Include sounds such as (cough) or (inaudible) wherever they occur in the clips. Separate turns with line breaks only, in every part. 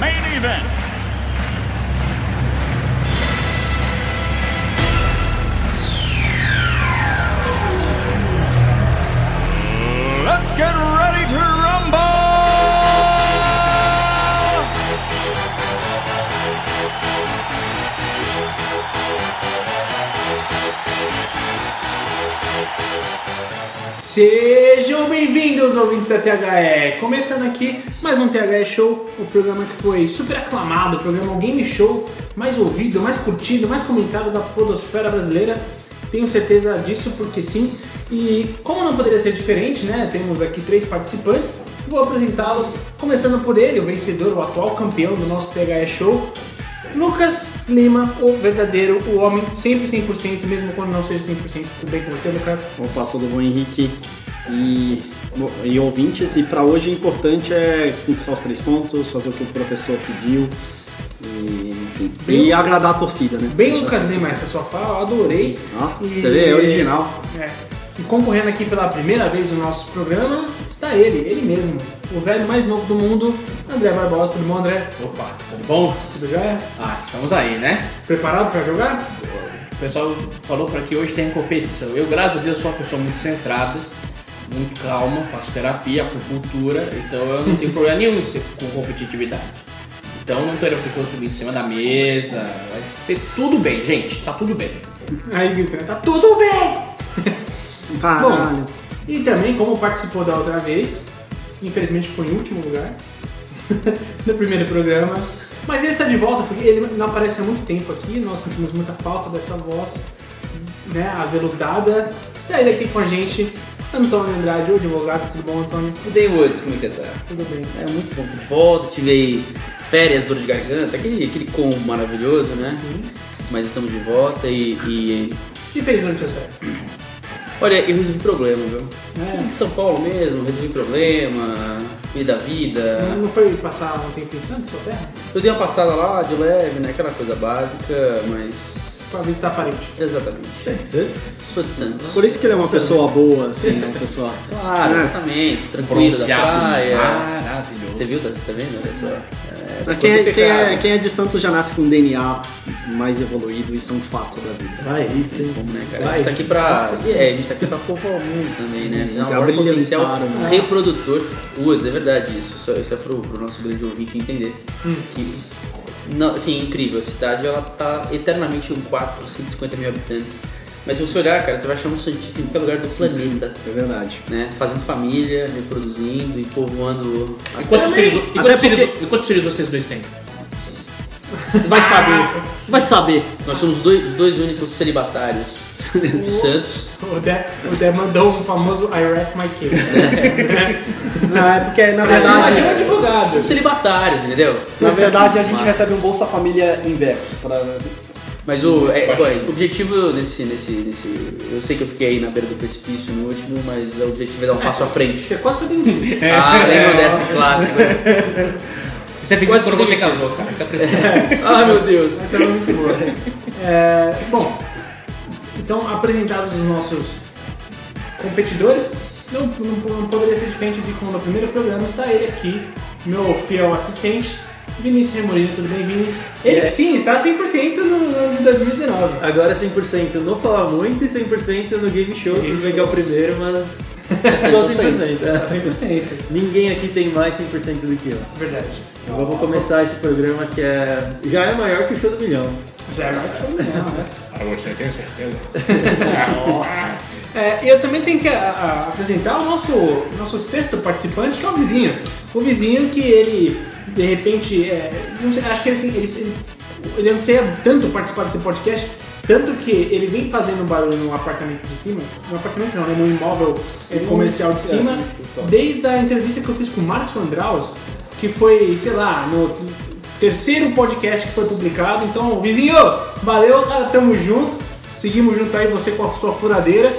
main event. Let's get ready to rumble!
Sejam bem-vindos, ouvintes da THE! Começando aqui mais um THE Show, o programa que foi super aclamado, o programa o Game Show mais ouvido, mais curtido, mais comentado da podosfera brasileira. Tenho certeza disso porque sim. E como não poderia ser diferente, né? Temos aqui três participantes. Vou apresentá-los, começando por ele, o vencedor, o atual campeão do nosso THE Show, Lucas Lima, o verdadeiro, o homem sempre 100%, mesmo quando não seja 100%. Tudo bem com você, Lucas?
Opa, tudo bom, Henrique? E, e ouvintes, e para hoje o importante é conquistar os três pontos, fazer o que o professor pediu, e, enfim,
Bem-
e agradar a torcida, né?
Bem,
Deixar
Lucas
assim.
Lima, essa é sua fala, eu adorei.
Ah, você vê, é original.
É. E concorrendo aqui pela primeira vez no nosso programa está ele, ele mesmo, o velho mais novo do mundo, André Barbosa. Tudo bom, André?
Opa, tudo bom?
Tudo jóia?
Ah, estamos aí, né?
Preparado para jogar?
O pessoal falou pra que hoje tem competição. Eu, graças a Deus, sou uma pessoa muito centrada, muito calma, faço terapia, acupuntura, então eu
(laughs)
não tenho problema nenhum em ser- com competitividade. Então não terei a pessoa subir em cima da mesa, vai ser tudo bem, gente, tá tudo bem.
Aí grita, tá tudo bem!
Ah,
Caralho.
Bom, e também, como participou da outra vez, infelizmente ficou em último lugar (laughs) no primeiro programa. Mas ele está de volta porque ele não aparece há muito tempo aqui, nós sentimos muita falta dessa voz né, aveludada. Está ele aqui com a gente, Antônio Andrade, o advogado. Tudo bom, Antônio?
Dei Woods, como você tá?
Tudo bem.
É muito bom de volta, tive aí férias, dor de garganta, aquele, aquele combo maravilhoso, né?
Sim.
Mas estamos de volta e, e-
O que fez durante as festas?
Olha, eu resolvi problema, viu?
É.
Em São Paulo mesmo, resolvi problema, me da vida.
Não- Não foi passar um tempo em Santos, sua terra?
Eu dei uma passada lá de leve, né? Aquela coisa básica, mas.
Pra visitar parente.
Exatamente. Sou de Santos.
Por isso que ele é uma pessoa boa, assim, né, pessoal?
Claro,
É.
exatamente, tranquilo da praia. Você
maravilhoso.
viu, tá, tá vendo? Olha só. É,
Mas Quem é,
todo
quem, é,
pecado.
quem é de Santos já nasce com um DNA mais evoluído, isso é um fato da vida. Vai, isso tem
Como, né, cara? A gente tá aqui pra. É, a gente tá aqui pra povoar o mundo também, né? Afinal,
Tá
agora o potencial
brilhantaram, né?
reprodutor. Woods, é verdade isso. Só- Isso é pro, pro nosso grande ouvinte entender. Que. Não, assim, é incrível. A cidade ela tá eternamente com 450 mil habitantes. Mas se você olhar, cara, você vai achar um Santista em qualquer lugar do planeta.
É verdade.
Né? Fazendo família, reproduzindo e povoando. a
E quantos
terra.
filhos, e quantos
porque-
filhos- e quantos filhos vocês dois têm?
Vai saber, vai saber.
Nós somos dois- os dois únicos celibatários de Santos.
(laughs) O Dé, o Dé mandou um famoso I rest my case.
Não, é porque, na
Mas
verdade...
ele é um advogado.
Celibatários, entendeu?
Na verdade, a gente
Mas-
recebe um Bolsa Família inverso. Pra...
Mas o, é, bom, o objetivo nesse, nesse, nesse. Eu sei que eu fiquei aí na beira do precipício no último, mas o objetivo é dar um passo à frente.
Você quase foi demitido.
Ah, lembra dessa clássica?
Você fez
Quantos
isso quando você
filhos?
casou, cara. Fica
(laughs)
tranquilo.
Ah, meu Deus.
Essa era muito boa. É, bom, então apresentados os nossos competidores, não, não, não poderia ser diferente se como no primeiro programa está ele aqui, meu fiel assistente, Vinícius Remolino, tudo bem, Vini? Ele que sim, está 100% no ano de 2019.
Agora 100%, não falar muito e 100% no game show,
Game
tudo
show. É
bem que é o primeiro, mas
(laughs)
é estou 100%.
Está
é.
100%,
Ninguém aqui tem mais 100% do que eu.
é verdade.
Vamos começar esse programa que é já é maior que o show do milhão.
Já é mais que show do milhão, né? É, e eu também tenho que a- a- apresentar o nosso, nosso sexto participante, que é o vizinho. O vizinho que ele, de repente, é, não sei, acho que ele, assim, ele, ele, ele anseia tanto participar desse podcast, tanto que ele vem fazendo um barulho no apartamento de cima, no apartamento não, né, no imóvel é, comercial de cima, desde a entrevista que eu fiz com o Márcio Andraus, que foi, sei lá, no terceiro podcast que foi publicado. Então, vizinho, valeu, cara, tamo junto. Seguimos junto aí você com a sua furadeira,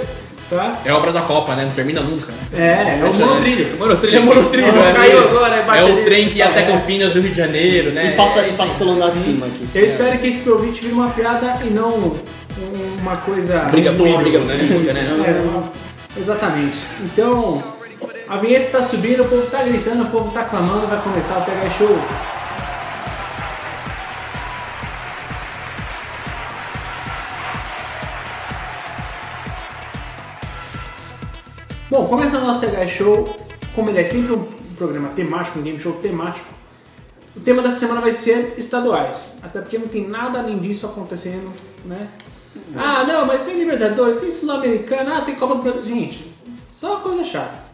tá?
É obra da Copa, né? Não termina nunca. né?
É, é o monotrilho.
Monotrilho. É monotrilho.
Não,
é.
caiu agora, é
É o
bateria.
trem que ia até Campinas, do Rio de Janeiro, né?
E passa, e passa pelo andar de cima aqui.
Eu espero que esse provite vire uma piada e não um- uma coisa.
Briga
Estúdio,
pública,
né?
política, né? Não,
É, uma- exatamente. Então, a vinheta tá subindo, o povo tá gritando, o povo tá clamando, vai começar o PH Show. Bom, começando o nosso TH Show, como ele é sempre um programa temático, um game show temático, o tema dessa semana vai ser estaduais. Até porque não tem nada além disso acontecendo, né? Ah, não, mas tem Libertadores, tem Sul-Americana, ah, tem Copa do Brasil. Gente, só coisa chata.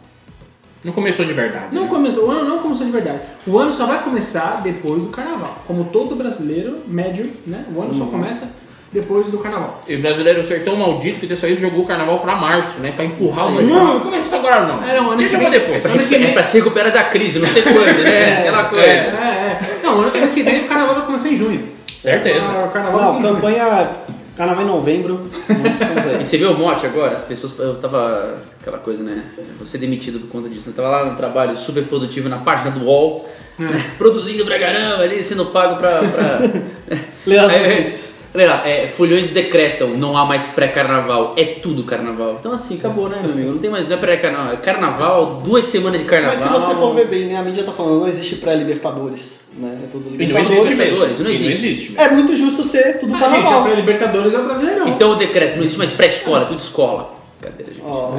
Não começou de verdade.
Não
né?
começou, o ano não começou de verdade. O ano só vai começar depois do carnaval. Como todo brasileiro médio, né? O ano
Uhum.
só começa depois do carnaval.
E o brasileiro é um sertão maldito que dessa vez jogou o carnaval pra março, né? Pra empurrar o
Isso aí.
Não, não começa isso agora não.
É, não, ano
Deixa
que
pra
vem-
depois.
ano que
É
vem-
pra se recuperar da crise, não sei quando, né? Aquela coisa.
É, é. Não, ano ano que vem o carnaval vai começar em junho.
Certeza.
Ah, o carnaval
Não,
começa em junho.
campanha Carnaval em novembro. Estamos
(laughs)
aí.
E você vê o mote agora? As pessoas. Eu tava. Aquela coisa, né? Você demitido por conta disso. Eu tava lá no trabalho super produtivo na página do UOL,
É.
né? produzindo pra caramba ali, sendo pago pra.
(laughs)
pra... né?
Ler as
Aí,
notícias.
Olha lá, é, folhões decretam, não há mais pré-carnaval, é tudo carnaval. Então assim, acabou, né, meu amigo? Não tem mais, não é pré-carnaval, é carnaval, duas semanas de carnaval.
Mas se você for ver bem, né, a mídia tá falando, não existe pré-libertadores, né? É tudo
E não existe
libertadores.
Libertadores,
mesmo.
não
E
existe.
velho.
É muito justo ser tudo
Ah, gente, a
carnaval.
pré-libertadores é o brasileirão.
Então o decreto, não existe mais pré-escola, tudo escola. Cadeira, gente.
Ó,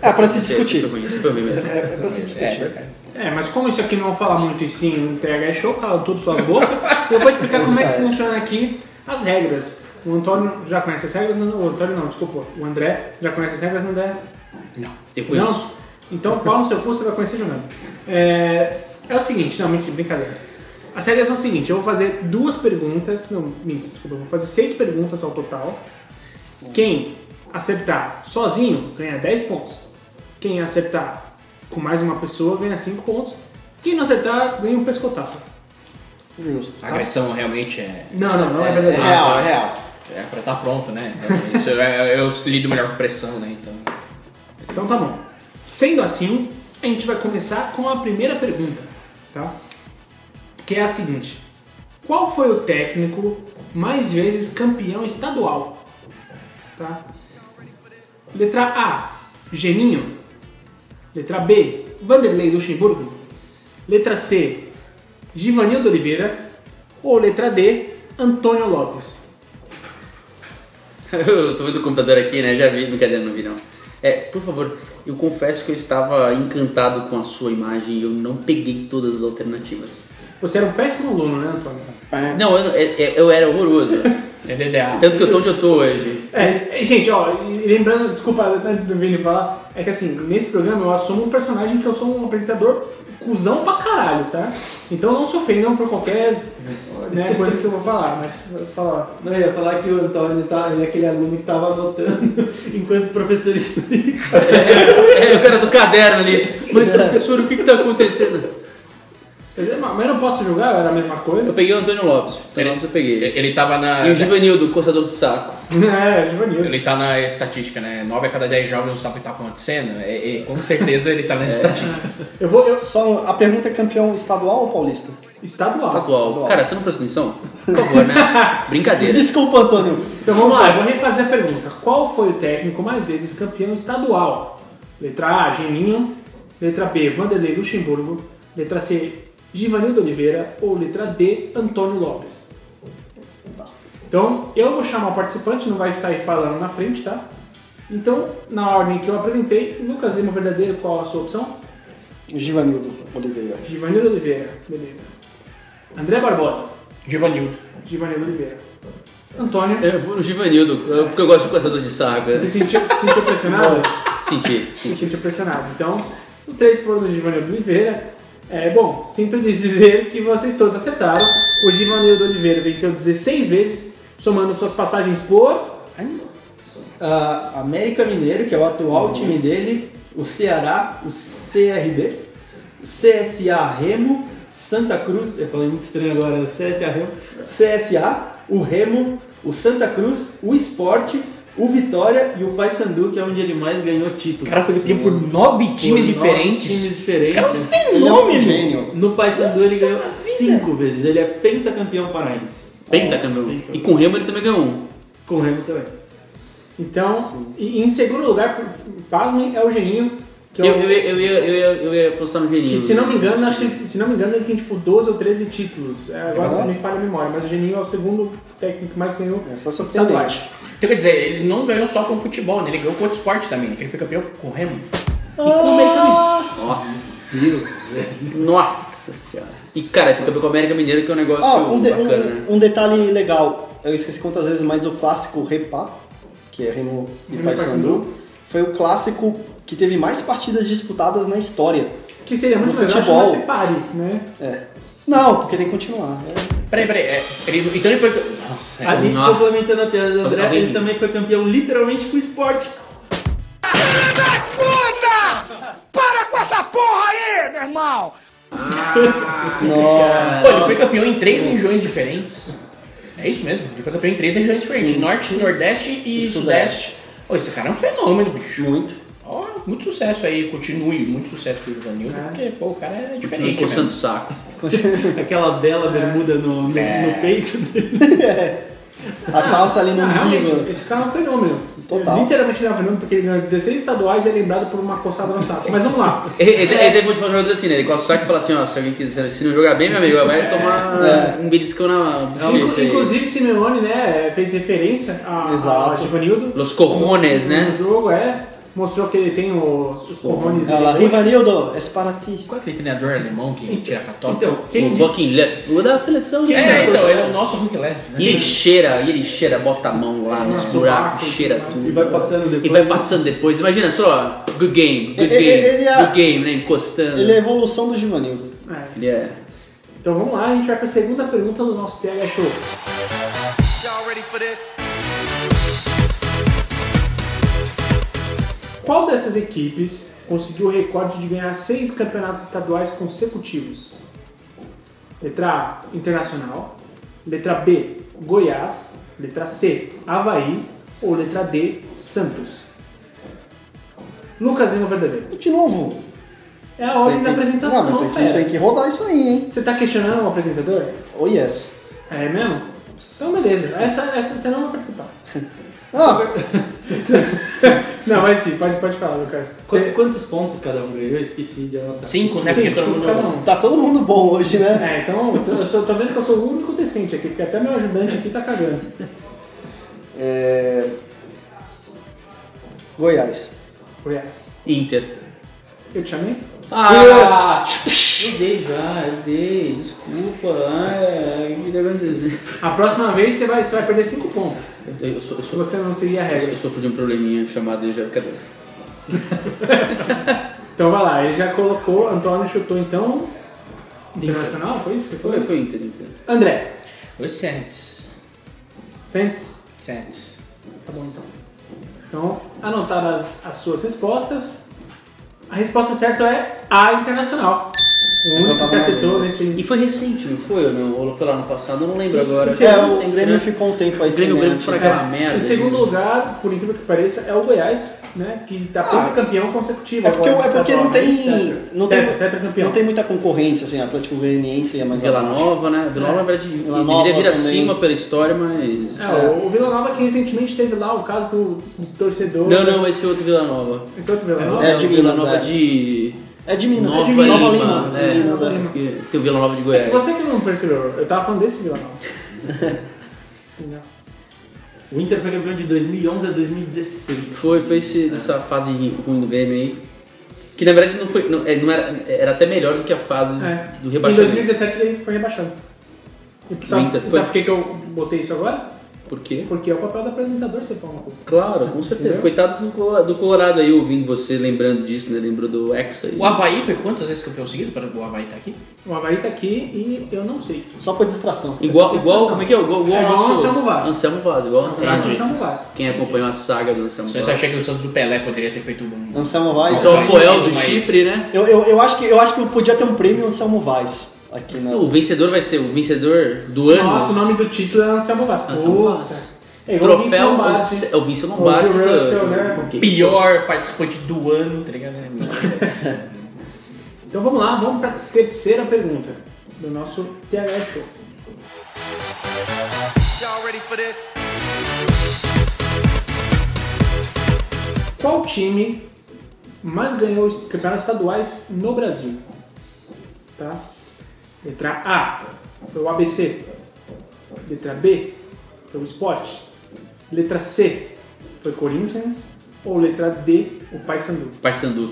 é pra se
Esse
discutir.
foi ruim, esse foi ruim mesmo.
É, é pra se discutir.
É, mas como isso aqui não fala muito e sim um TH show, cala todas suas bocas, eu vou explicar como é que funciona aqui as regras. O Antônio já conhece as regras, não, o Antônio não, desculpa, o André já conhece as regras, André?
Eu conheço.
Não? Então, pau no seu cu, você vai conhecer jogando. É, é o seguinte, não, mentira, brincadeira. As regras são o seguinte, eu vou fazer duas perguntas, não, minto, desculpa, eu vou fazer seis perguntas ao total. Quem acertar sozinho ganha 10 pontos. Quem acertar com mais uma pessoa ganha 5 pontos. Quem não acertar ganha um pescotapo.
Justo.
A agressão realmente é.
Não, não, não é,
É
verdade.
Ah, tá.
real, é real.
É pra estar pronto, né? Isso é- eu lido melhor com pressão, né? Então.
Então tá bom. Sendo assim, a gente vai começar com a primeira pergunta, tá? Que é a seguinte: Qual foi o técnico mais vezes campeão estadual? Tá? Letra A, Geninho. Letra B, Vanderlei Luxemburgo. Letra C, Givanildo Oliveira. Ou letra D, Antônio Lopes.
(laughs) Eu tô vendo o computador aqui, né? Já vi, brincadeira, não vi não. É, por favor, eu confesso que eu estava encantado com a sua imagem e eu não peguei todas as alternativas.
Você era um péssimo aluno, né, Antônio?
É.
Não, eu, é- é- eu era (laughs) horroroso.
É DDA.
Tanto que eu tô onde eu tô hoje. (laughs)
É, é, gente, ó, e lembrando, desculpa, antes do Vini falar, é que assim, nesse programa eu assumo um personagem que eu sou um apresentador cuzão pra caralho, tá? Então não se ofendam por qualquer né, coisa que eu vou falar, mas eu vou falar.
Não, eu ia falar que o Antônio tá, ele é aquele aluno que tava anotando (laughs) enquanto o professor explica.
É, o cara do caderno ali. Mas, professor, o que que tá acontecendo?
Mas é, Mas eu não posso julgar, era a mesma coisa. (laughs)
Eu peguei o Antônio Lopes. Antônio Lopes Tá, eu peguei.
Ele tava na.
E o Givanildo, coçador de saco.
É, juvenil.
Ele tá na estatística, né? 9 a cada 10 jogos o sapo tá acontecendo. É, é, com certeza ele tá na estatística.
Eu vou. eu-
Só a pergunta é campeão estadual ou paulista?
estadual.
Atual. Tá Cara, você não prestou atenção? Por favor, né?
É.
Brincadeira.
Desculpa, Antônio.
Então vamos lá, eu vou refazer a pergunta. Qual foi o técnico mais vezes campeão estadual? Letra A, Geninho. Letra B, Vanderlei Luxemburgo. Letra C, Givanildo Oliveira. Ou letra D, Antônio Lopes. Então, eu vou chamar o participante, não vai sair falando na frente, tá? Então, na ordem que eu apresentei, Lucas Lima Verdadeiro, qual a sua opção?
Givanildo Oliveira.
Givanildo Oliveira, beleza. André Barbosa,
Givanildo.
Givanildo Oliveira. Antônio,
Eu vou no Givanildo, eu- porque eu gosto de coçador de saco.
você sentiu, se sentiu pressionado?
Senti.
me sentiu pressionado. Então, os três foram do Givanildo Oliveira. É, bom, sinto lhes dizer que vocês todos acertaram. O Givanildo Oliveira venceu 16 vezes, somando suas passagens por.
Ah, América Mineiro, que é o atual
Uhum.
time dele, o Ceará, o CRB, CSA Remo, Santa Cruz, eu falei muito estranho agora, CSA Remo, CSA, o Remo, o Santa Cruz, o Esporte, o Vitória e o Paysandu, que é onde ele mais ganhou títulos.
O cara foi campeão por
Por
9 times
nove
diferentes.
Times diferentes.
Esse cara é um
Ele é um
fenômeno.
gênio.
No Paysandu ele ganhou 5 vezes, ele é pentacampeão paraense.
É,
Penta, campeão. E com o Remo ele também ganhou um.
Com o Remo também.
Então, e, em segundo lugar, pasmem, é o Geninho. Que,
Eu,
é o-
eu, ia- eu, ia, eu, ia, eu ia postar no Geninho.
que, se não me engano, acho que, se não me engano, ele tem tipo 12 ou 13 títulos. É, agora
Nossa.
não me falha a memória, mas o Geninho é o segundo técnico que mais ganhou
É, só se você
estaduais.
Então quer dizer, ele não ganhou só com o futebol, né? Ele ganhou com outro esporte também, né? Que ele foi campeão com o Remo.
E com o América Mineiro. Nossa. Nossa senhora. E cara, fica com o América Mineiro que é um negócio
Ó, um, de- um-
bacana, né?
um detalhe legal, eu esqueci quantas vezes, mas o clássico Repá, que é Remo e
Remo e
Paysandu,
Paysandu.
foi o clássico que teve mais partidas disputadas na história.
Que seria muito
No
legal
futebol.
chamar-se pare, né?
É. Não, porque tem que continuar. É.
Peraí, peraí. é, ele- então ele foi. Nossa, é.
Ali,
Tipo, Nossa.
complementando a piada do André,
Alguém-
ele também foi campeão literalmente com o esporte.
Pô, ele foi campeão em três regiões diferentes. É isso mesmo, ele foi campeão em três regiões diferentes: Norte, Nordeste e Sudeste. Pô, esse cara é um fenômeno, bicho.
Muito.
Ó, muito sucesso aí, continue, muito sucesso pro Juvanildo, porque, pô, o cara é
Continua
diferente.
um coçando o
Mesmo.
saco.
(laughs) Aquela bela bermuda no, no,
É.
no peito dele.
(laughs) É. A calça ali no
Ah, realmente,
umbigo.
esse cara é um fenômeno.
Total.
Ele Literalmente ele é um fenômeno porque ele ganha 16 estaduais e é lembrado por uma coçada no saco. Mas vamos lá.
Ele, ele, ele deve motivar os jogadores assim, né? Ele coça o saco e fala assim, ó, se alguém quiser, se não jogar bem, meu amigo, vai tomar um beliscão na bochecha
Inclu-
aí.
É. Inclusive, Simeone né, fez referência a, a
Exato.
Givanildo.
Los Corrones,
No
né?
jogo, é. Mostrou que ele tem os, os corrones
Ela,
dele.
Rivanildo, es para ti.
Qual é aquele treinador alemão que tira a católica?
Então,
O
quem de-
Joaquim Left. O da seleção,
é,
né?
então, ele é o nosso Hulk Left, né?
E ele cheira, e ele cheira, bota a mão lá nos
Nossa,
buracos,
buraco,
cheira
mas-
tudo.
E vai passando depois.
E vai passando depois, imagina só, good game, good
Ele-
game,
ele- ele é-
good game, né? Encostando.
Ele é a evolução do Givanildo.
É.
Ele é-
Então vamos lá, a gente vai para a segunda pergunta do nosso TH Show.
Y'all ready for this?
Qual dessas equipes conseguiu o recorde de ganhar seis campeonatos estaduais consecutivos? Letra A, Internacional. Letra B, Goiás. Letra C, Havaí. Ou letra D, Santos. Lucas Lima Verdadeiro.
De novo.
É a ordem da apresentação,
não, mas tem, que,
fera.
tem que rodar isso aí, hein?
Você tá questionando o apresentador?
Oh yes.
É mesmo? Então beleza, essa, essa você não vai participar.
Ah,
(laughs) Não, mas sim, pode, pode falar, Lucas.
Qu-
Você-
Quantos pontos cada um ganhou? Eu esqueci de anotar.
Cinco, né?
Sim,
Porque todo
sim,
mundo.
cada um.
tá todo mundo bom hoje, né?
É, então eu tô- eu sou- tô vendo que eu sou o único decente aqui, porque até meu ajudante aqui tá cagando.
É... Goiás.
Goiás.
Inter.
Eu te chamei?
Ah! Eu dei já, eu dei, desculpa. Ah, é, Ai, que negócio
A próxima vez você vai, você vai perder 5 pontos.
Eu, eu, sou- eu,
Se
sou-
você não seguir a regra.
eu sofro de um probleminha chamado. Eu já, cadê?
Então vai lá, ele já colocou, Antônio chutou então. Internacional, foi isso?
Foi, foi Inter, Inter.
André,
Foi Santos.
Sentes?
Santos.
Tá bom então. Então, anotadas as suas respostas. A resposta certa é A Internacional. O único
tava
que
na
acertou
dúvida.
nesse.
E foi recente, não foi? Ou não? Ou foi lá no passado? Eu não lembro agora.
Esse é, o
recente,
Grêmio
né?
ficou um tempo aí É.
O Grêmio-
sem
o Grêmio
ganhar
foi
título.
aquela merda.
É,
né?
Em segundo lugar, por incrível que pareça, é o Goiás, né? Que tá
Ah,
campeão consecutivo.
É porque,
agora, né?
é porque não tem. Não tem,
Tetra- tetracampeão.
não tem muita concorrência, assim, Atlético Goianiense é mais
Vila
abaixo.
Nova, né? Vila Nova, na verdade,
É. Vila
deveria
Nova
vir
também.
acima pela história, mas.
É, o- o Vila Nova que recentemente teve lá o caso do, do torcedor.
Não, não, esse é outro Vila Nova.
Esse outro Vila Nova?
É,
o
de
Vila
Minas,
Nova
é.
de.
É de Minas,
Nova,
é de Minas. Nova
Lima.
Lima.
É,
Minas, é.
porque tem o Vila Nova de Goiás.
Você que não percebeu, eu tava falando desse Vila
(laughs)
Nova. Entendeu?
O Inter foi campeão de 2011 a 2016.
Foi, foi esse, nessa fase ruim do Grêmio aí. Que na verdade não foi. Não, é, não era, era até melhor do que a fase
É.
do
Em
rebaixamento.
2017 ele foi rebaixado. E sabe,
Inter foi.
sabe por que, que eu botei isso agora?
Por quê?
Porque é o papel do apresentador ser pau no cu.
Claro, com certeza.
Entendeu?
Coitado do, Colora- do Colorado aí ouvindo você, lembrando disso, né? Lembrou do Hexa aí.
O Havaí foi quantas vezes campeão seguido para o Havaí estar aqui?
O Havaí tá aqui e eu não sei.
Só por distração.
Igual, igual, como é que é? Igual, igual
É,
o
igual
nosso-
Anselmo Vaz.
Anselmo Vaz, igual o Anselmo
Lá no
Vaz.
São É Vaz.
Quem acompanhou a saga do Anselmo
Você
Vaz.
acha que o Santos do Pelé poderia ter feito um.
Anselmo Vaz.
Isso é o Poel do
Mas-
Chipre, né?
Eu, eu, eu, acho que, eu acho que podia ter um prêmio Anselmo Vaz aqui na.
O vencedor vai ser o vencedor do ano.
Nossa, o nome do título é Anselmo Vaz.
Anselmo
Puta.
Vaz.
É igual Vince
Troféu
Lombardi.
Ance- é o Vince Lombardi.
Oscar
do-
Russell, né?
que-
Pior participante do ano, tá ligado? É mentira.
Então vamos lá, vamos para a terceira pergunta do nosso TH Show.
Y'all ready for this?
Qual time mais ganhou os campeonatos estaduais no Brasil? Tá? Letra A foi o ABC. Letra B foi o Sport. Letra C foi Corinthians. Ou letra D, o Paysandu.
Paysandu.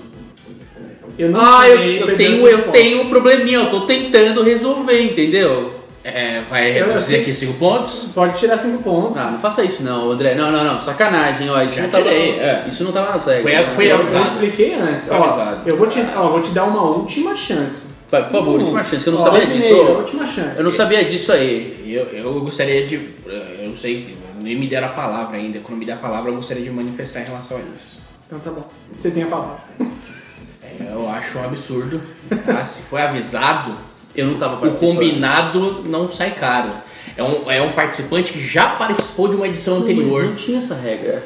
Eu não
Ah, eu,
tirei,
eu
perdeu
tenho,
cinco
eu
pontos.
tenho um probleminha, eu tô tentando resolver, entendeu?
É, vai
Eu
reduzir
sei.
aqui 5 pontos?
Pode tirar 5 pontos.
Ah, não faça isso não, André. Não, não, não, sacanagem, ó. Isso
Já
não tava,
tirei, é.
Isso não tava na série.
Foi a- foi
eu,
a-
eu
avisado.
expliquei antes.
Tá
Ó,
avisado.
eu vou te, ó, vou te dar uma última chance. Uhum.
Vai, por favor, última chance, que eu não
Ó,
sabia
dois e
disso.
meio,
ó.
última chance.
Eu não sabia disso aí.
Eu, eu gostaria de. Eu não sei, que nem me deram a palavra ainda. Quando me der a palavra, eu gostaria de manifestar em relação a isso.
Então tá bom. Você tem a palavra.
Eu acho um absurdo. (laughs) tá? Se foi avisado,
Eu não tava
o
participando.
combinado não sai caro. É um, é um participante que já participou de uma edição
Mas
anterior.
não tinha essa regra.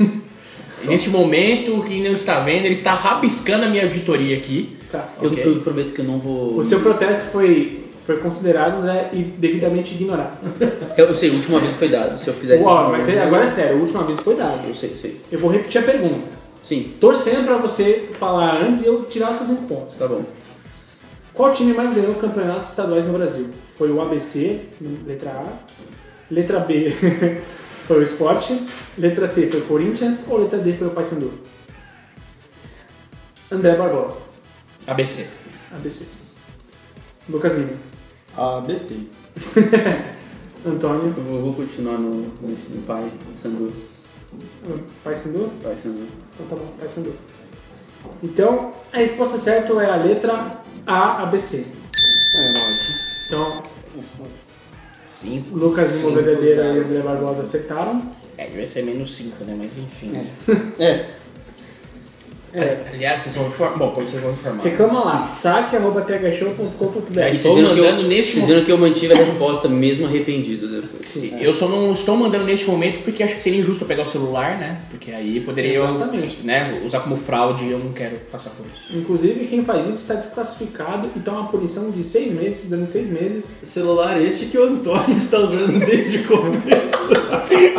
E Neste momento, quem não está vendo, ele está rabiscando a minha auditoria aqui.
Tá.
Eu,
Ok.
eu prometo que eu não vou.
O seu protesto foi, foi considerado né, e devidamente ignorado.
Eu, eu sei, o último aviso foi dado. Se eu fizesse.
Uau, mas é- agora é sério, o último aviso foi dado.
Eu sei, sei.
Eu vou repetir a pergunta.
Sim,
Torcendo pra você falar antes e eu tirar os seus 5 pontos.
tá bom.
Qual time mais ganhou campeonatos estaduais no Brasil? Foi o ABC, letra A. Letra B (laughs) foi o Sport. Letra C foi o Corinthians. Ou letra D foi o Paysandu? André Barbosa,
ABC.
ABC. Lucas Lima,
A BT.
Antônio,
Eu vou, vou continuar no, nesse, no pai, Sandu.
Paysandu.
Pai Sandu.
Então tá bom, Paysandu. Então, a resposta certa é a letra A, ABC.
É nóis.
Então,
Cinco.
Lucas Lima,
cinco,
Verdadeira e
zero.
André Barbosa acertaram.
É, devia ser menos 5, né? Mas enfim.
É,
É,
Aliás, vocês vão me informar. Bom, quando vocês vão me informar.
Reclama lá, saque.thshow.com.br.
É
E
isso. Estou
vocês viram que eu-
mandando neste
Vocês viram que eu mantive a resposta mesmo arrependido depois.
É. Eu só não estou mandando neste momento porque acho que seria injusto eu pegar o celular, né? Porque aí poderia eu,
Exatamente.
né, usar como fraude e eu não quero passar por isso.
Inclusive, quem faz isso está desclassificado e toma uma punição de seis meses, durante seis meses.
Celular este que o Antônio está usando desde o começo.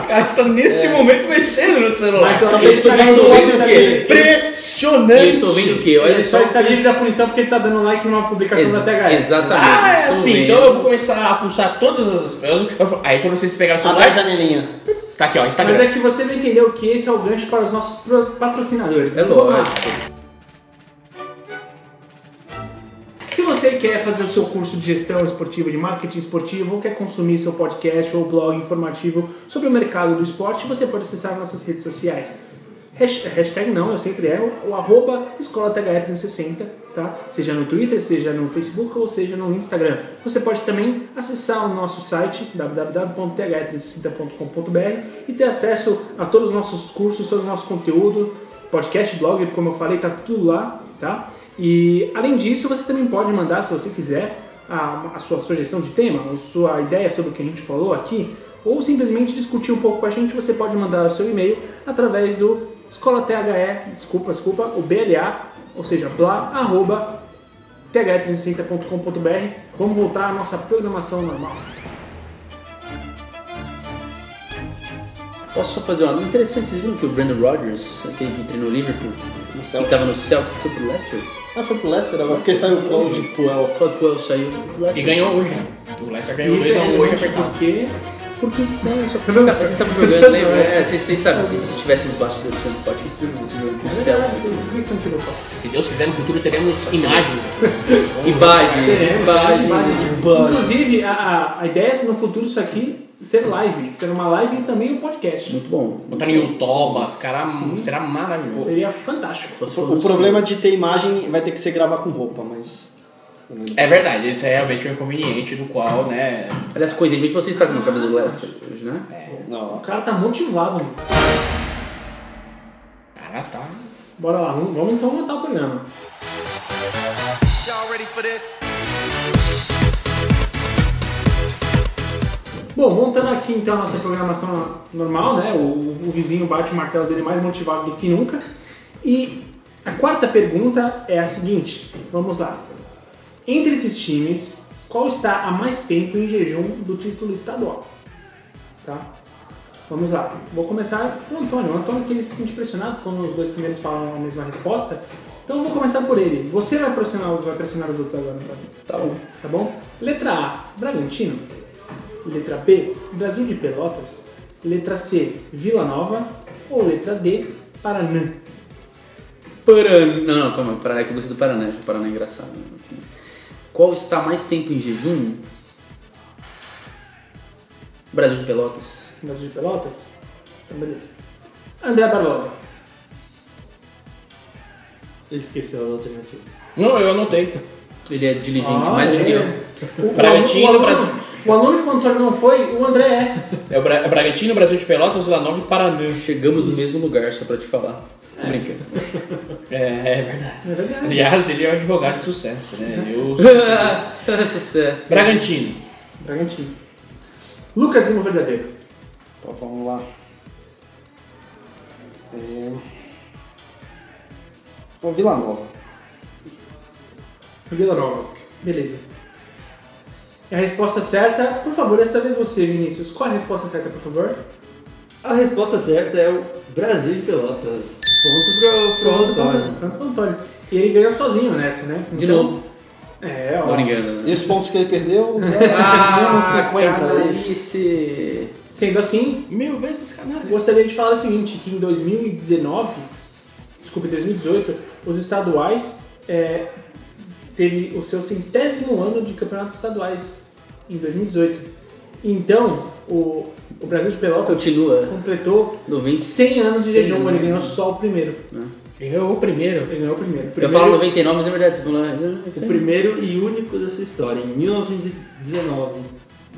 Cara, está neste
É.
momento mexendo no celular.
Mas ela
eu
fez
estou
carinho
vendo
do
o
lado
quê?
dele.
E
Impressionante!
eu estou vendo o quê? Olha
Ele
só.
só está livre da punição porque ele está dando like numa publicação da THR.
Exatamente.
Ah, é
estou
assim,
vendo.
então eu vou começar a fuçar todas as coisas. Eu vou- Aí quando vocês pegarem o
abre a
celular,
janelinha.
tá aqui, ó, Instagram.
Ah, Mas é que você não entendeu que esse é o gancho para os nossos pro- patrocinadores.
É
Então, vamos lá.
lógico.
Se você quer fazer o seu curso de gestão esportiva, de marketing esportivo, ou quer consumir seu podcast ou blog informativo sobre o mercado do esporte, você pode acessar nossas redes sociais. Hash- Hashtag não, eu sempre erro, o arroba escola THE360, tá? Seja no Twitter, seja no Facebook ou seja no Instagram. Você pode também acessar o nosso site www.th360.com.br e ter acesso a todos os nossos cursos, todo o nosso conteúdo, podcast, blog, como eu falei, tá tudo lá, tá? E além disso, você também pode mandar, se você quiser, a, a sua sugestão de tema, a sua ideia sobre o que a gente falou aqui, ou simplesmente discutir um pouco com a gente, você pode mandar o seu e-mail através do escola THE, desculpa, desculpa, o BLA, ou seja, bla, arroba, th360.com.br. Vamos voltar à nossa programação normal.
Posso só fazer uma interessante? Vocês viram que o Brandon Rodgers, aquele que treinou o Liverpool,
No
que
Celtic.
estava no Celtic, foi pro Leicester?
Ah, foi pro Leicester agora, porque saiu o Claude Puel.
O Claude Puel saiu pro
E
Leicester.
ganhou hoje, né? O Leicester
E
ganhou
isso é
2x1 hoje
relevante
apertado.
porque
Porque, não, é só porque vocês estavam jogando, lembra? É, vocês vocês sabem, se, se tivesse os bastidores sendo forte, vocês teriam esse jogo pro
É verdade, por
Celtic.
que você não tirou foto?
Se Deus quiser, no futuro teremos imagens aqui.
É,
Imagens,
Imagens.
imagens.
Inclusive, a- a, a ideia é no futuro isso aqui ser live. Ser uma live e também um podcast.
Muito bom.
Botar no Yotoba, ficará, será maravilhoso.
Seria fantástico.
O problema de ter imagem vai ter que ser gravar com roupa, mas.
É verdade, isso é realmente um inconveniente do qual, né?
Aliás, coincidentemente você está com uma camisa do Leicester hoje, né?
Não,
O cara tá motivado, mano.
Cara, tá.
Bora lá, vamos vamos então montar o programa.
Y'all ready for this?
Bom, voltando aqui então à nossa programação normal, né? O, o vizinho bate o martelo dele mais motivado do que nunca. E a quarta pergunta é a seguinte: vamos lá. Entre esses times, qual está há mais tempo em jejum do título estadual? Tá? Vamos lá. Vou começar com o Antônio. O Antônio que ele se sente pressionado quando os dois primeiros falam a mesma resposta. Então eu vou começar por ele. Você vai pressionar, vai pressionar os outros agora, Antônio.
Tá bom.
Tá bom? Letra A, Bragantino. Letra B, Brasil de Pelotas. Letra C, Vila Nova. Ou letra D, Paranã.
Paraná. Não, não, calma, Paraná que eu gostei do Paraná, acho que o Paraná é engraçado. né? Qual está mais tempo em jejum? Brasil de Pelotas.
Brasil de Pelotas? Então, beleza. André
(laughs)
Barbosa.
Ele esqueceu as alternativas.
Não, eu anotei.
Ele é diligente
Ah,
mais do que
é.
eu.
O,
Bragantino,
o aluno,
Brasil.
o aluno que o Antônio não foi, o André é.
É o Bra- é Bragantino, Brasil de Pelotas, Vila Nova e Paraná.
Chegamos no mesmo lugar, só pra te falar. Tô brincando.
É, é verdade.
É verdade.
Aliás, ele é um advogado de sucesso, né? Eu
(laughs)
sou
Sucesso.
Bragantino.
Bragantino. Lucas Lima Verdadeiro.
Então vamos lá. É... Pô, Vila Nova.
Vila Nova. Beleza. E a resposta certa, por favor, dessa vez você, Vinícius. Qual é a resposta certa, por favor?
A resposta certa é o Brasil de Pelotas. Ponto pro, pro Antônio.
Pronto, Antônio. E ele ganhou sozinho nessa, né?
De
Então-
novo.
É,
Tô
ó.
brincando. né?
E os pontos que ele perdeu?
Ah,
menos 50,
cara,
é isso?
esse...
Sendo assim,
Mil vezes canalha.
Gostaria de falar o seguinte, que em 2019, desculpa, em 2018, os estaduais é, teve o seu centésimo ano de campeonatos estaduais, em 2018. Então, o, o Brasil de Pelotas
Continua.
completou
90.
100 anos de
100
jejum,
anos.
ele ganhou só o primeiro.
Eu o primeiro.
Ele ganhou o primeiro. O
Eu
primeiro-
falo 99, mas é verdade. Você falou... é, isso
O
aí.
primeiro e único da sua história, em 1919.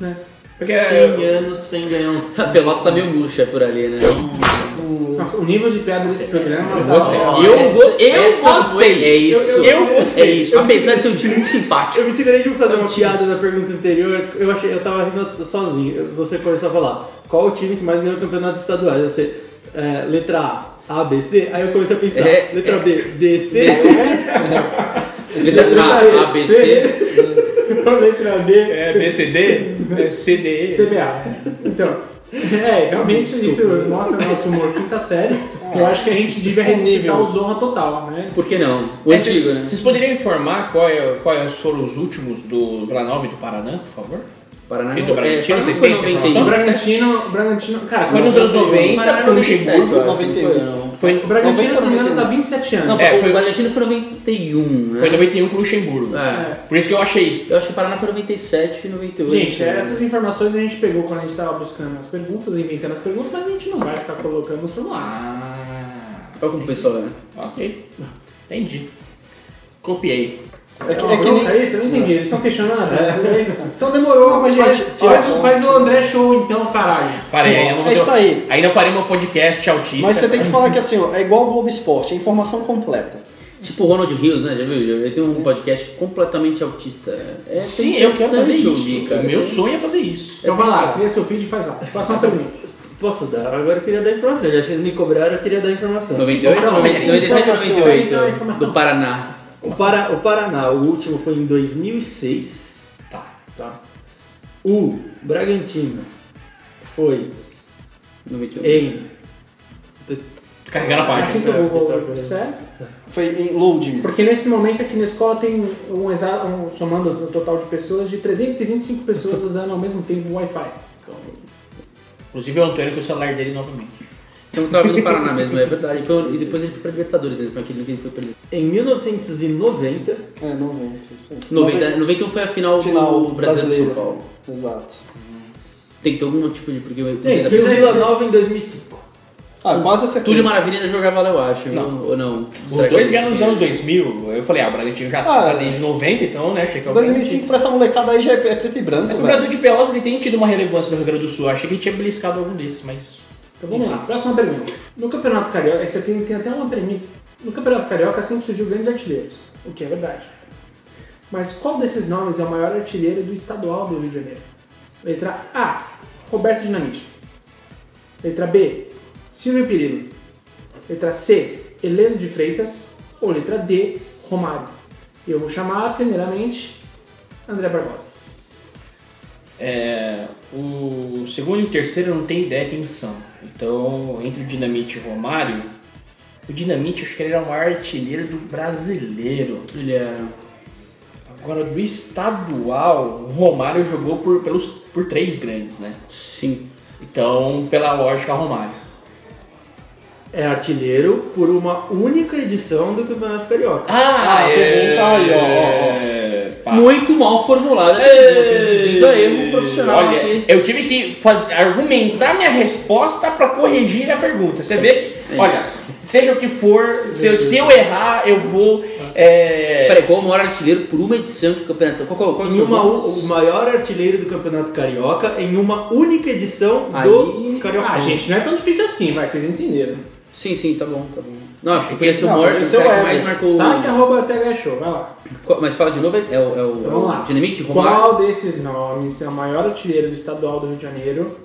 né?
Porque
100
eu-
anos sem ganhar um.
A pelota tá meio murcha por ali, né?
Nossa, o nível de piada desse programa... tá
Eu gostei.
Ó,
Eu
essa-
go- eu
essa
gostei.
foi- É isso.
Eu- eu- eu gostei.
É isso. Apesar de ser um time muito simpático.
Eu me segurei de não fazer uma piada da pergunta anterior, eu achei, eu tava rindo sozinho. Eu- Você começou a falar, qual o time que mais ganhou campeonatos estaduais? Você, é, letra A, A, B, C, aí eu comecei a pensar,
É,
letra
é.
B, D, C, (laughs)
DC.
C,
Letra A, ABC.
letra B,
É BCD? É CDE?
CBA. Então, (laughs) é, realmente isso mostra o nosso humor quinta série. Eu acho que a gente devia ressuscitar o Zorra Total, né?
Por que não? O
É,
antigo,
vocês,
né?
Vocês poderiam informar qual é- quais foram os últimos do Vila Nova e do Paraná, por favor?
Paraná é,
E do Bragantino,
Paraná
vocês
foi
têm essa
91.
O
Só informação? é
Bragantino, Bragantino, cara,
Foi nos anos um. 90,
Paraná
com o
97, eu
Luxemburgo.
acho, não foi,
91.
não.
Foi,
O Bragantino, se não me engano,
90,
tá 27 anos.
Não,
É,
foi,
foi-
o Bragantino foi 91, né?
foi em 91 com o Luxemburgo.
É.
Por isso que eu achei.
Eu acho que o Paraná foi 97, 98.
Gente,
é
né?
essas informações a gente pegou quando a gente tava buscando as perguntas, inventando as perguntas, mas a gente não vai ficar colocando nos formulários.
Ah,
Olha como o pessoal é.
ok. Entendi. Copiei.
É que,
É
é que nem...
isso? Eu não entendi. Eles estão questionando a é. isso, cara. Então demorou,
Não, mas,
faz,
gente,
faz,
tira-
o- faz o André Show então, caralho.
Parei, ainda vou
é isso aí.
Ainda farei meu podcast autista.
Mas você tem que falar que assim, ó, é igual o Globo Esporte, é informação completa.
Tipo o Ronald Rios, né? Já viu? Já- Ele tem um podcast completamente autista. É
Sim, eu quero fazer
interessante
isso.
ouvir, cara.
O meu sonho é fazer isso.
Então vai lá, cria seu feed e faz lá. Próxima pergunta.
Posso dar? Agora eu queria dar informação. Já vocês me cobraram, eu queria dar informação. Então,
98,
Informação,
97
informação.
98 do Paraná.
O, Para, o Paraná, o último foi em 2006.
Tá.
Tá. O Bragantino foi
91.
É.
em.
Carregando a
Assim
página.
que eu vou colocar. Certo?
Foi em loading.
Porque nesse momento aqui na escola tem um, exa- um- somando o total de pessoas de 325 pessoas usando ao mesmo tempo o Wi-Fi.
Inclusive o Antônio com o celular dele novamente.
Então eu tava vindo do Paraná mesmo, é verdade. E, foi um- e depois ele foi pra Libertadores, né? Foi aquele que ele foi pra
Em 1990,
É, 90, isso aí.
90, 91 foi a final,
Final
do Brasileiro de São
brasileiro.
Paulo.
Exato.
Tem que ter algum tipo de. Porque eu-
Tem,
e o
Mas
Vila
você-
Nova em 2005.
Ah, quase acertei.
Túlio Maravilha ainda jogava lá, eu acho, viu? ou não?
Os dois ganharam nos anos 2000. Eu falei, ah, o Bragantino já tá desde 90, então, né? Achei que é o
2005 pra essa molecada aí já é preto e branco,
É que o
velho.
Brasil de Pelotas ele tem tido uma relevância no Rio Grande do Sul. Eu achei que ele tinha beliscado algum desses, mas.
Então vamos lá, próxima pergunta. No Campeonato Carioca, você tem, tem até uma premissa. No Campeonato Carioca sempre surgiu grandes artilheiros, o que é verdade. Mas qual desses nomes é o maior artilheiro do estadual do Rio de Janeiro? Letra A, Roberto Dinamite. Letra B, Silvio Pirillo. Letra C, Heleno de Freitas. Ou letra D, Romário. Eu vou chamar, primeiramente, André Barbosa.
É, o segundo e o terceiro eu não tenho ideia quem são. Então, entre o Dinamite e o Romário, o Dinamite eu acho que ele era o maior artilheiro do brasileiro.
Ele é, era.
Agora, do estadual, o Romário jogou por, pelos, por três grandes, né?
Sim.
Então, pela lógica, Romário.
é artilheiro por uma única edição do Campeonato Carioca.
Ah,
a
um
é.
pergunta aí, ó, ó, ó.
É, pá.
Muito mal formulada, induzindo a erro profissional
Olha,
aqui.
eu tive que faz- argumentar minha resposta para corrigir a pergunta. Você vê?
É isso.
Olha, seja o que for, se eu, se eu errar, eu vou. é,
Peraí, qual o maior artilheiro por uma edição de campeonato? Qual, qual, é qual
Em uma u- o maior artilheiro do Campeonato Carioca em uma única edição do
Aí-
Carioca.
Ah, gente, não é tão difícil assim, vai, vocês entenderam.
Sim, sim, tá bom, tá bom. Não, achei que ia ser o
Não,
maior,
podia
o
ser
cara
o
que
Everton.
mais marcou...
Saque arroba PH Show, vai lá.
Qual- Mas fala de novo, é o, é o,
Então, vamos
é
lá.
o Dinamite, Romário?
Qual desses nomes é o maior artilheiro do estadual do Rio de Janeiro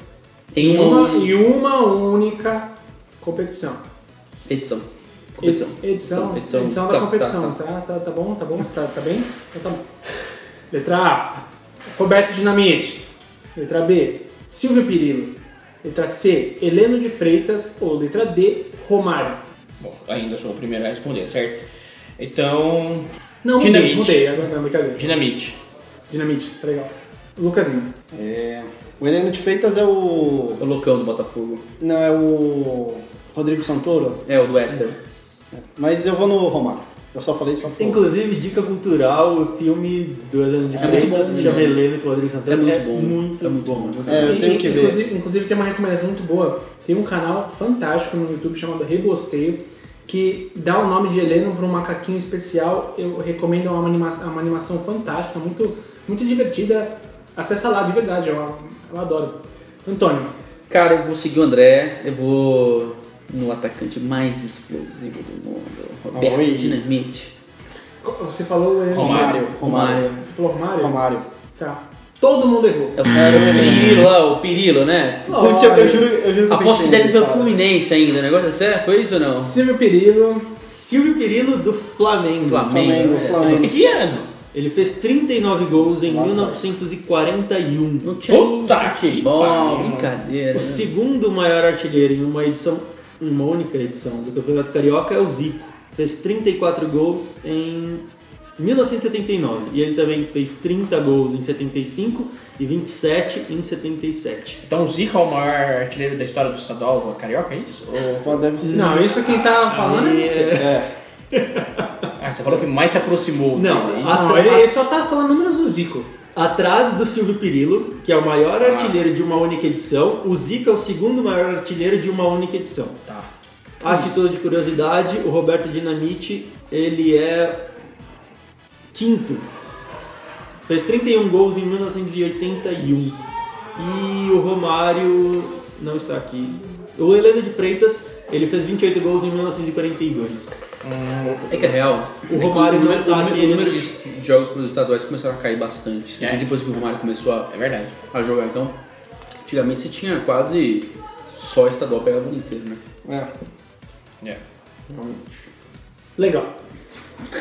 Em uma,
em uma única competição?
edição. Competição.
Edi- Edição, edição, da
Tá, tá,
competição,
tá.
tá, tá. Tá, bom? Tá bom? Tá, tá bem? Então tá bom. Letra A, Roberto Dinamite. Letra B, Silvio Pirillo. Letra C, Heleno de Freitas. Ou letra D, Romário.
Bom, ainda sou o primeiro a responder, certo? Então.
Não, mudei,
Dinamite.
mudei. Agora não, é brincadeira.
Dinamite.
Dinamite, tá legal. Lucas Lima.
É, o Heleno de Freitas é o.
tá. O loucão do Botafogo.
Não, é o. Rodrigo Santoro?
É, o do Éter.
Mas eu vou no Romário. Eu só falei só por.
Inclusive, dica cultural, o filme do Heleno de
É muito bom
Freitas,
esse
chama
filme.
Heleno e Rodrigo
É
Santana.
muito bom.
muito
é muito
bom.
É, eu
E-
tenho que ver.
Inclusive, inclusive tem uma recomendação muito boa. Tem um canal fantástico no YouTube chamado Rebosteio, que dá o nome de Heleno para um macaquinho especial. Eu recomendo é uma, anima é uma animação fantástica, muito, muito divertida. Acessa lá, de verdade, eu, eu adoro. Antônio,
Cara, eu vou seguir o André, eu vou no atacante mais explosivo do mundo, Roberto
Oi.
Dinamite.
co- você falou Heleno.
Romário. Romário.
Romário.
Você falou Romário?
Romário.
Tá. Todo mundo errou.
É o cara, o Pirilo lá, o Pirilo, né?
Putz, eu, eu juro, eu juro que eu
Aposto
pensei
que deve
nele,
ser o
cara.
Fluminense ainda, o negócio é sério? Foi isso ou não?
Silvio Pirillo. Silvio Pirillo do Flamengo.
Flamengo,
Flamengo,
é.
Flamengo.
Que ano?
Ele fez 39 gols em 1941.
Não tinha nem
Puta que
futebol,
pariu.
brincadeira.
O
né?
segundo maior artilheiro em uma edição, em uma única edição do Campeonato Carioca é o Zico. Fez 34 gols em 1979 e ele também fez 30 gols em 75 e 27 em 77.
Então o Zico é o maior artilheiro da história do estadual carioca, é isso? Ou-
Pô, deve ser.
Não, isso quem tá falando é você.
É.
Ah, você falou que mais se aproximou.
Não,
dele. é
a-
Não, ele, ele só tá falando números do Zico. Ah.
Atrás do Silvio Pirillo, que é o maior artilheiro de uma única edição, o Zico é o segundo maior artilheiro de uma única edição.
Tá.
A título de curiosidade, o Roberto Dinamite, ele é quinto. Fez 31 gols em 1981. E o Romário não está aqui. O Heleno de Freitas, ele fez 28 gols em 1942.
É que é real.
O Romário
o número,
não tá
o número-
aqui,
o número
né?
de jogos pelos estaduais começaram a cair bastante.
É.
Depois que o Romário começou a,
É verdade.
a jogar. Então, antigamente você tinha quase só estadual pegava o ano inteiro, né?
É.
É.
Legal.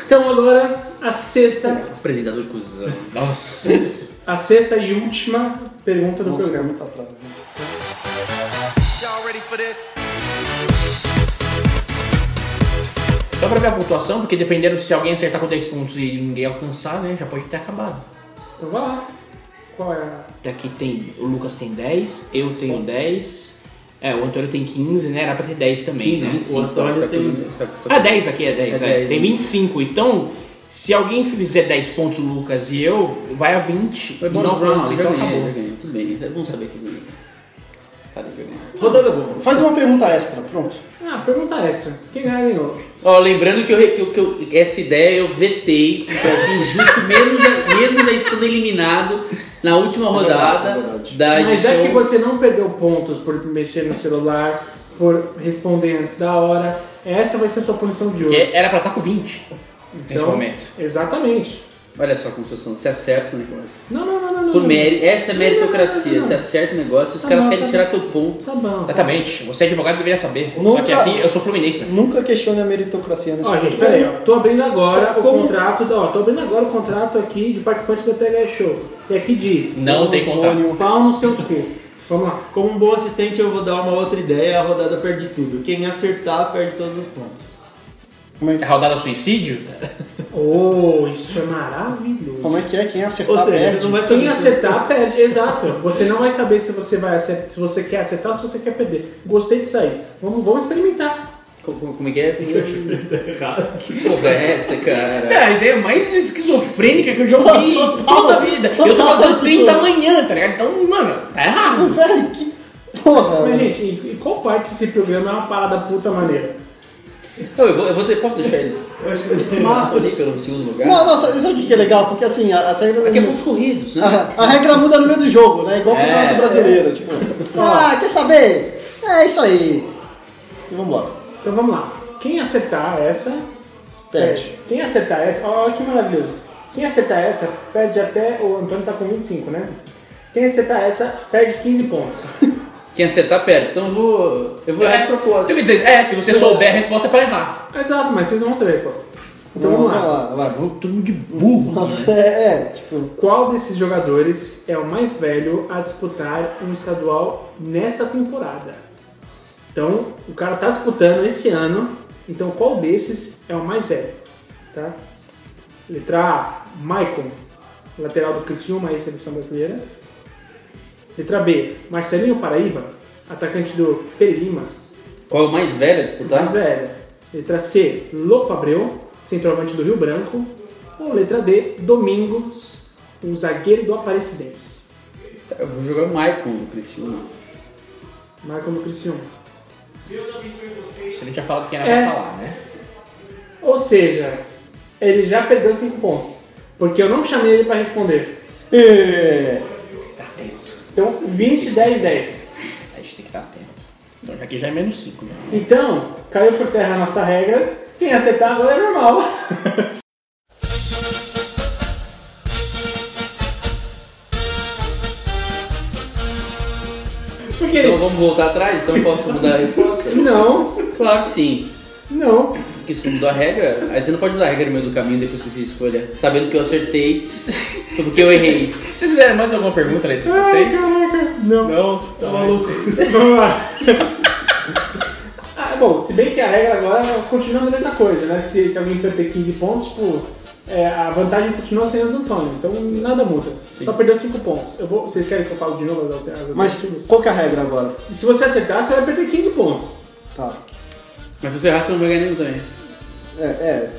Então agora a sexta
Apresentador de (laughs) cuzão.
Nossa.
A sexta e última pergunta do
Nossa,
programa.
muito atrás. né?
Y'all ready for this?
Só pra ver a pontuação, porque dependendo se alguém acertar com 10 pontos e ninguém alcançar, né, já pode ter acabado.
Então vai lá. Qual é a.
Daqui tem. O Lucas tem 10, eu tenho 10. É, o Antônio tem 15, né? Era pra ter 10 também.
15,
né? O
25, então,
Antônio
você tá
tem.
com- você tá com- você tá
Ah, 10 aqui é 10,
É
é.
10,
Tem
né?
25. Então, se alguém fizer 10 pontos, o Lucas e eu, vai a 20.
Foi
e
bom
não
não,
alcança,
já
então
ganhei, já
acabou.
ganhei. Tudo bem, é bom saber que eu ganhei. Cara, que eu ganhei.
Rodada boa.
Faz uma pergunta extra, pronto.
Ah, pergunta extra. Quem ganhar ganhou.
Ó, lembrando que, eu, re- que eu- que eu- essa ideia eu vetei, então, porque eu achei injusto, mesmo já, mesmo já estando eliminado na última rodada
verdade, é verdade.
da edição.
Mas já que você não perdeu pontos por mexer no celular, por responder antes da hora, essa vai ser a sua punição de
Porque
hoje.
era pra estar com 20 nesse
Então,
momento.
Exatamente.
Olha só como situação, você acerta o negócio.
Não, não, não, não. não.
Por mérito, essa é
Não, não,
meritocracia,
não.
você acerta o negócio e os
Tá
caras
bom,
querem
tá
tirar teu ponto.
Tá bom.
Exatamente. Você é advogado deveria saber. Só
Nunca-
que aqui eu tá- sou fluminense, né?
Nunca questione a meritocracia nesse
Ó, Ah, gente,
programa.
peraí, ó. Tô abrindo agora o
Como-
contrato. Ó, tô abrindo agora o contrato aqui de participantes da TH Show. E aqui diz.
Não tem contato.
Pau nos seus cu. Vamos lá.
Como um bom assistente, eu vou dar uma outra ideia. A rodada perde tudo. Quem acertar, perde todos os pontos.
Como é,
É rodada suicídio?
Oh, isso é maravilhoso.
como é que é? Quem
Ou
acertar
seja,
perde.
você não vai
Tá Quem
saber se-
acertar, perde. Exato. Você não vai saber se você vai acertar, se você quer acertar ou se você quer perder. Gostei disso aí. Vamos, vamos experimentar.
Como, como é
(laughs)
que é? Primeiro...
tá
que porra é essa, cara?
É, a ideia mais esquizofrênica que eu já ouvi em toda a vida. eu tô
total,
fazendo
tipo-
30 amanhã, tá ligado? Então, mano, tá errado.
(laughs) Velho, que porra.
Mas,
mano.
gente, e, e qual parte desse programa é uma parada puta maneira?
Não, eu vou, eu vou ter- posso deixar eles se matam ali pelo segundo lugar?
Não, não, sabe, sabe o que que é legal? Porque assim, a, a saída
Aqui é muitos corridos, né?
a, a regra muda no meio do jogo, né? Igual o campeonato brasileiro. Tipo, ah, quer saber? É isso aí. E vambora.
(laughs) Então vamos lá. Quem acertar essa.
Perde.
Quem acertar essa. Olha que maravilhoso. Quem acertar essa, perde até. O Antônio tá com 25, né? Quem acertar essa, perde 15
(laughs)
pontos.
Quem acertar perde. Então eu vou. Eu vou errar de propósito.
Você quer dizer, é, se você souber a resposta é pra errar.
Exato, mas vocês vão saber a resposta. Então vamos lá.
Todo mundo de burro.
Nossa, é, é, tipo,
Então, Qual desses jogadores é o mais velho a disputar um estadual nessa temporada? Então, o cara tá disputando esse ano, então qual desses é o mais velho? Tá? Letra A, Maicon, lateral do Criciúma, ex-seleção brasileira. Letra B, Marcelinho Paraíba, atacante do Perelima,
Qual é o mais velho a disputar?
mais velho. é, Letra C, Lopo Abreu, centroavante do Rio Branco. Ou letra D, Domingos, um zagueiro do Aparecidense.
Eu vou jogar o Maicon do Cristiano. Então
Marcam do Criciúma.
Você não tinha falado quem era
É.
pra falar, né?
Ou seja, ele já perdeu 5 pontos. Porque eu não chamei ele para responder.
Tá atento.
Então, 20, 10, 10.
A gente tem que estar atento. Então já aqui já é menos 5, né?
Então, caiu por terra a nossa regra. Quem acertar agora é normal. (laughs) Porque
Então
ele...
vamos voltar atrás? Então eu posso mudar a resposta?
Não,
Claro que sim.
não.
Porque se mudou a regra, aí você não pode mudar a regra no meio do caminho depois que eu fiz a escolha. Sabendo que eu acertei, porque eu errei.
Vocês fizeram mais alguma pergunta, Letra
Ai,
16?
caraca. Não.
Não, tá maluco.
Vamos lá. (laughs) Ah, bom, se bem que a regra agora continua a mesma coisa, né? Se, se alguém perder 15 pontos, tipo, é, a vantagem continua sendo do Antônio, então nada muda. Só perdeu 5 pontos. Eu vou, vocês querem que eu fale de novo as alter- as
mas
alternativas?
qual que é a regra agora?
E se você acertar, você vai perder 15 pontos.
Tá.
Mas se você errar, você não vai ganhar nenhum também.
É, é.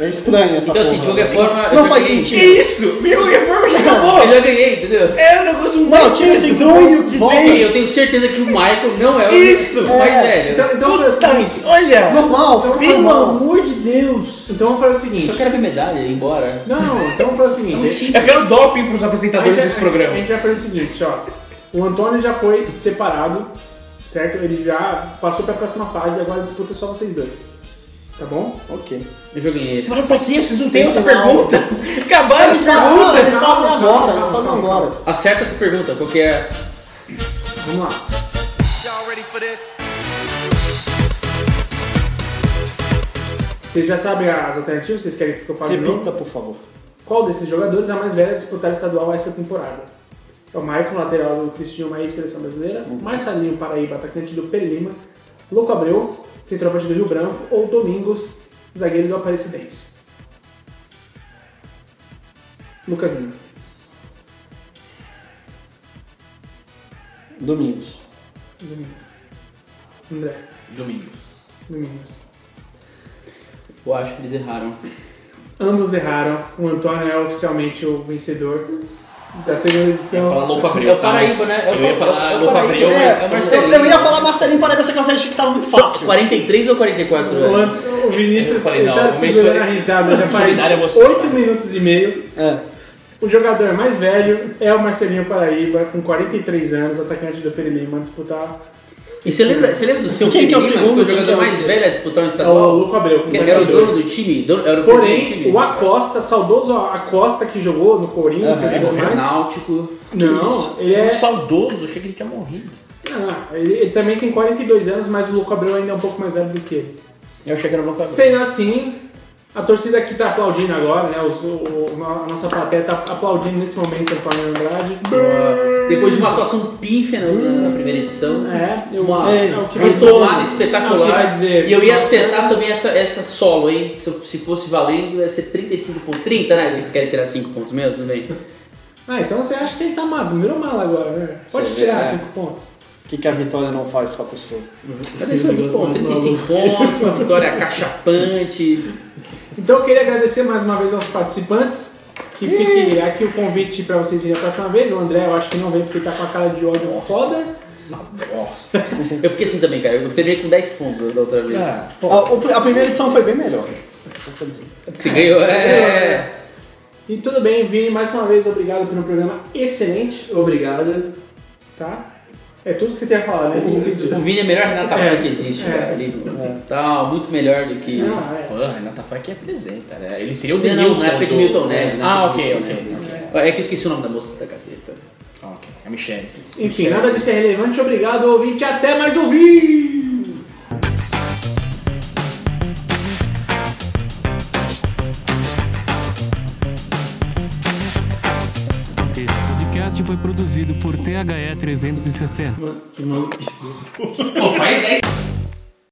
É estranho essa
Então assim, de
porra.
qualquer forma, eu
Não
já
faz
ganhei.
Que
sentido.
isso? Minha reforma já acabou.
Eu já ganhei, entendeu?
É um negócio
Não,
mais
tira esse doido de volta.
Sim, eu tenho certeza que o Michael não é o
Isso!
mais
É,
velho.
Então, então vamos fazer o seguinte.
Olha!
Normal, fica
Pelo
normal.
amor de Deus!
Então vamos fazer o
Eu assim, só
seguinte.
quero ver medalha e ir embora.
Não, não, então vamos fazer o seguinte.
Eu quero doping pros
A gente,
apresentadores
vai-
desse programa.
a gente vai fazer o seguinte, ó. O Antônio já foi separado, certo? Ele já passou pra próxima fase, agora a disputa é só vocês dois. Tá bom?
Ok.
Eu já ganhei esse.
Você fala pra quê? Vocês não têm outra
Não.
pergunta? Acabaram as
Eles falam,
perguntas!
eles fazem
calma,
agora,
calma,
eles fazem
calma.
agora.
Acerta essa pergunta, qual que é?
Vamos lá.
Y'all ready for this?
Vocês já sabem as alternativas? Vocês querem que eu fale de novo?
Repita, por favor.
Qual desses jogadores é a mais velha a disputar o estadual essa temporada? É o Maicon, lateral do Cristiano e seleção brasileira.
Uhum.
Marcelinho, Paraíba, atacante do Perelima. Louco Abreu, centroavante do Rio Branco. Ou Domingos, zagueiro do Aparecidense. Lucas Lima.
Domingos.
Domingos. André. Domingos. Domingos.
Eu acho que eles erraram.
Ambos erraram. O Antônio é oficialmente o vencedor da segunda edição.
Falar louco abril.
É o Paraíba,
tá, mas
né? É o
eu ia
Paraíba,
falar
é o
louco
Paraíba.
abril,
É,
mas.
é o Marcelo.
Eu, eu ia falar Marcelinho Paraíba, só que eu achei que tava muito fácil.
43 ou 44
O
anos?
Ant- O Vinícius
"É, Eu falei,
ele
não,
tá
eu
segurando
comecei-
a risada já faz
solidário a você,
8
cara.
minutos e meio.
É.
O jogador mais velho é o Marcelinho Paraíba, com 43 anos, atacante do Perelima, a disputar
E você lembra, você lembra do seu
Quem que é o
Firmino,
segundo?
Foi o
Quem que é
jogador
o
mais
terceiro?
velho a disputar um
é o
estadual?
Louco Abreu. com
Que era o
42.
dono do time? dono- era o presidente do
Porém,
time?
o Acosta, saudoso Acosta que jogou no Corinthians e tudo é mais.
Náutico.
Não, ele é.
Um saudoso, achei que ele tinha morrido.
Ah, ele, ele também tem 42 anos, mas o Louco Abreu ainda é um pouco mais velho do que ele.
Eu achei que era louco abril.
Sendo assim, a torcida aqui tá aplaudindo agora, né? Os- o- o- a nossa plateia tá aplaudindo nesse momento o Antônio Andrade.
Depois de uma atuação pífia na, na primeira edição.
É, eu
Uma
é, o que vai-
retomada
É o que
um espetacular.
vai dizer.
e eu ia acertar também essa, essa solo, hein? Se, eu- se fosse valendo, ia ser 35 pontos. 30, né? Vocês querem tirar 5 pontos mesmo? Tudo bem.
Ah, então você acha que ele tá magro, virou mala agora, né? Pode
Você vê,
tirar
é.
5 pontos.
O que, que a vitória não faz com a pessoa?
Mas é isso aí, pô, 35 pontos, uma vitória cachapante.
Então eu queria agradecer mais uma vez aos participantes. Que fique aqui o convite pra vocês virem a próxima vez. O André eu acho que não veio porque tá com a cara de ódio foda.
Eu fiquei assim também, cara. Eu terminei com 10 pontos da outra vez.
É. A, o Ah, pr- a primeira edição foi bem melhor.
Você ganhou. É.
E tudo bem, Vini, mais uma vez, obrigado por um programa excelente,
Obrigado.
tá? É tudo que você tem a falar, né?
O Vini é a melhor Renata
É.
Fã que existe,
É.
cara. Ele tá muito melhor do que.
Não, é.
Fã, Ah, Renata Funk apresenta, né? Ele seria o
Não, não,
Denilson.
na época de
do-
Milton Neves. na
Ah,
época de
ok,
Milton
ok.
Neves, né? É que eu esqueci o nome da moça da caceta.
Ah, ok. É Michelle.
Enfim, nada disso é relevante. Obrigado, ouvinte. Até mais ouvir!
Esse podcast foi
é
produzido por THE 360.
Pô, faz 10